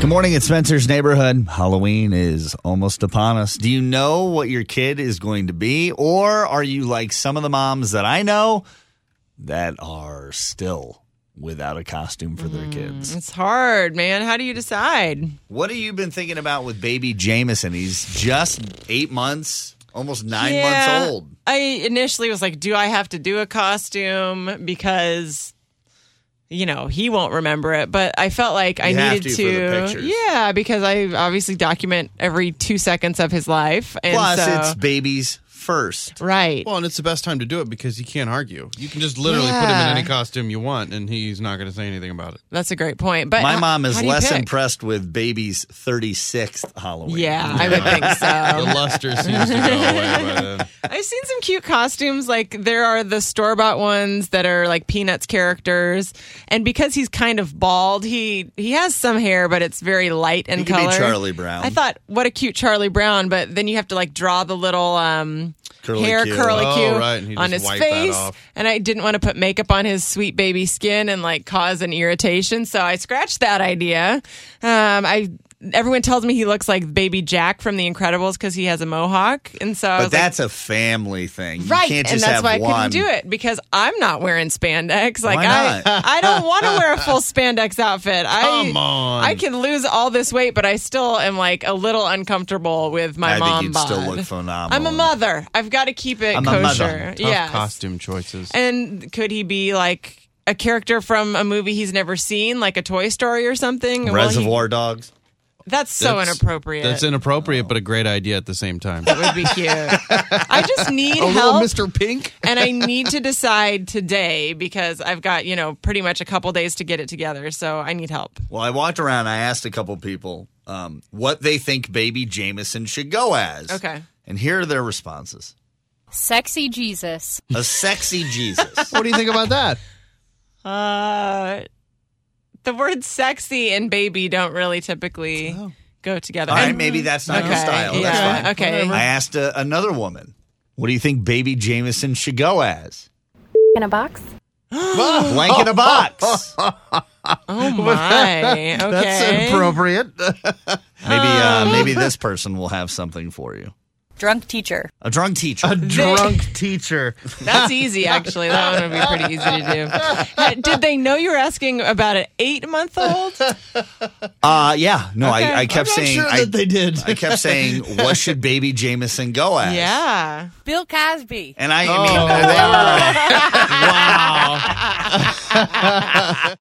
Good morning, it's Spencer's Neighborhood. Halloween is almost upon us. Do you know what your kid is going to be? Or are you like some of the moms that I know that are still without a costume for their kids? It's hard, man. How do you decide? What have you been thinking about with baby Jameson? He's just eight months, almost nine Yeah, months old. I initially was like, do I have to do a costume? Because, you know, he won't remember it. But I felt like I You have to needed for the pictures. yeah, because I obviously document every two seconds of his life. And Plus, so, it's babies first. right. Well, and it's the best time to do it because he can't argue. You can just literally put him Yeah. in any costume you want, and he's not going to say anything about it. That's a great point. But My how- mom is how do you less pick? impressed with baby's 36th Halloween. Yeah, I would think The so. luster seems to go away uh, by then. I've seen some cute costumes. Like there are the store bought ones that are like Peanuts characters, and because he's kind of bald, he he has some hair, but it's very light in He could be color. Charlie Brown. I thought, what a cute Charlie Brown, but then you have to like draw the little um, Curly hair Q. curly Oh, cue right, and he on his just wiped that face, off. and I didn't want to put makeup on his sweet baby skin and like cause an irritation, so I scratched that idea. Um, I. Everyone tells me he looks like Baby Jack from The Incredibles because he has a mohawk, and so I was But like, that's a family thing. You Right, can't just and that's have why I one. couldn't do it because I'm not wearing spandex. Like Why I, not? I don't want to wear a full spandex outfit. I, Come on. I can lose all this weight, but I still am like a little uncomfortable with my I think mom you'd bod. still look phenomenal. I'm a mother. I've got to keep it I'm a kosher. mother. Tough Yes. costume choices. And could he be like a character from a movie he's never seen, like a Toy Story or something? Will he- Reservoir Dogs. that's so That's- inappropriate. That's inappropriate, but a great idea at the same time. that would be cute. I just need Little help. Mr. Pink. and I need to decide today because I've got, you know, pretty much a couple days to get it together. So I need help. Well, I walked around. I asked a couple people um, what they think Baby Jameson should go as. Okay. And here are their responses: Sexy Jesus. a sexy Jesus. What do you think about that? Uh, the words sexy and baby don't really typically go together. All right, And- Oh. maybe that's not okay. her style. That's yeah, fine. okay. I asked uh, another woman, "What do you think Baby Jameson should go as?" In a box? Blank in a box. Oh my. Okay. That's inappropriate. maybe, uh, maybe this person will have something for you. Drunk teacher. A drunk teacher. Drunk teacher. That's easy, actually. That one would be pretty easy to do. Uh, Did they know you were asking about an eight month old? Uh, yeah. No, I, I kept I'm not saying sure I, that they did. I kept saying, "What should Baby Jameson go as?" Yeah. Bill Cosby. And I, I mean, they were-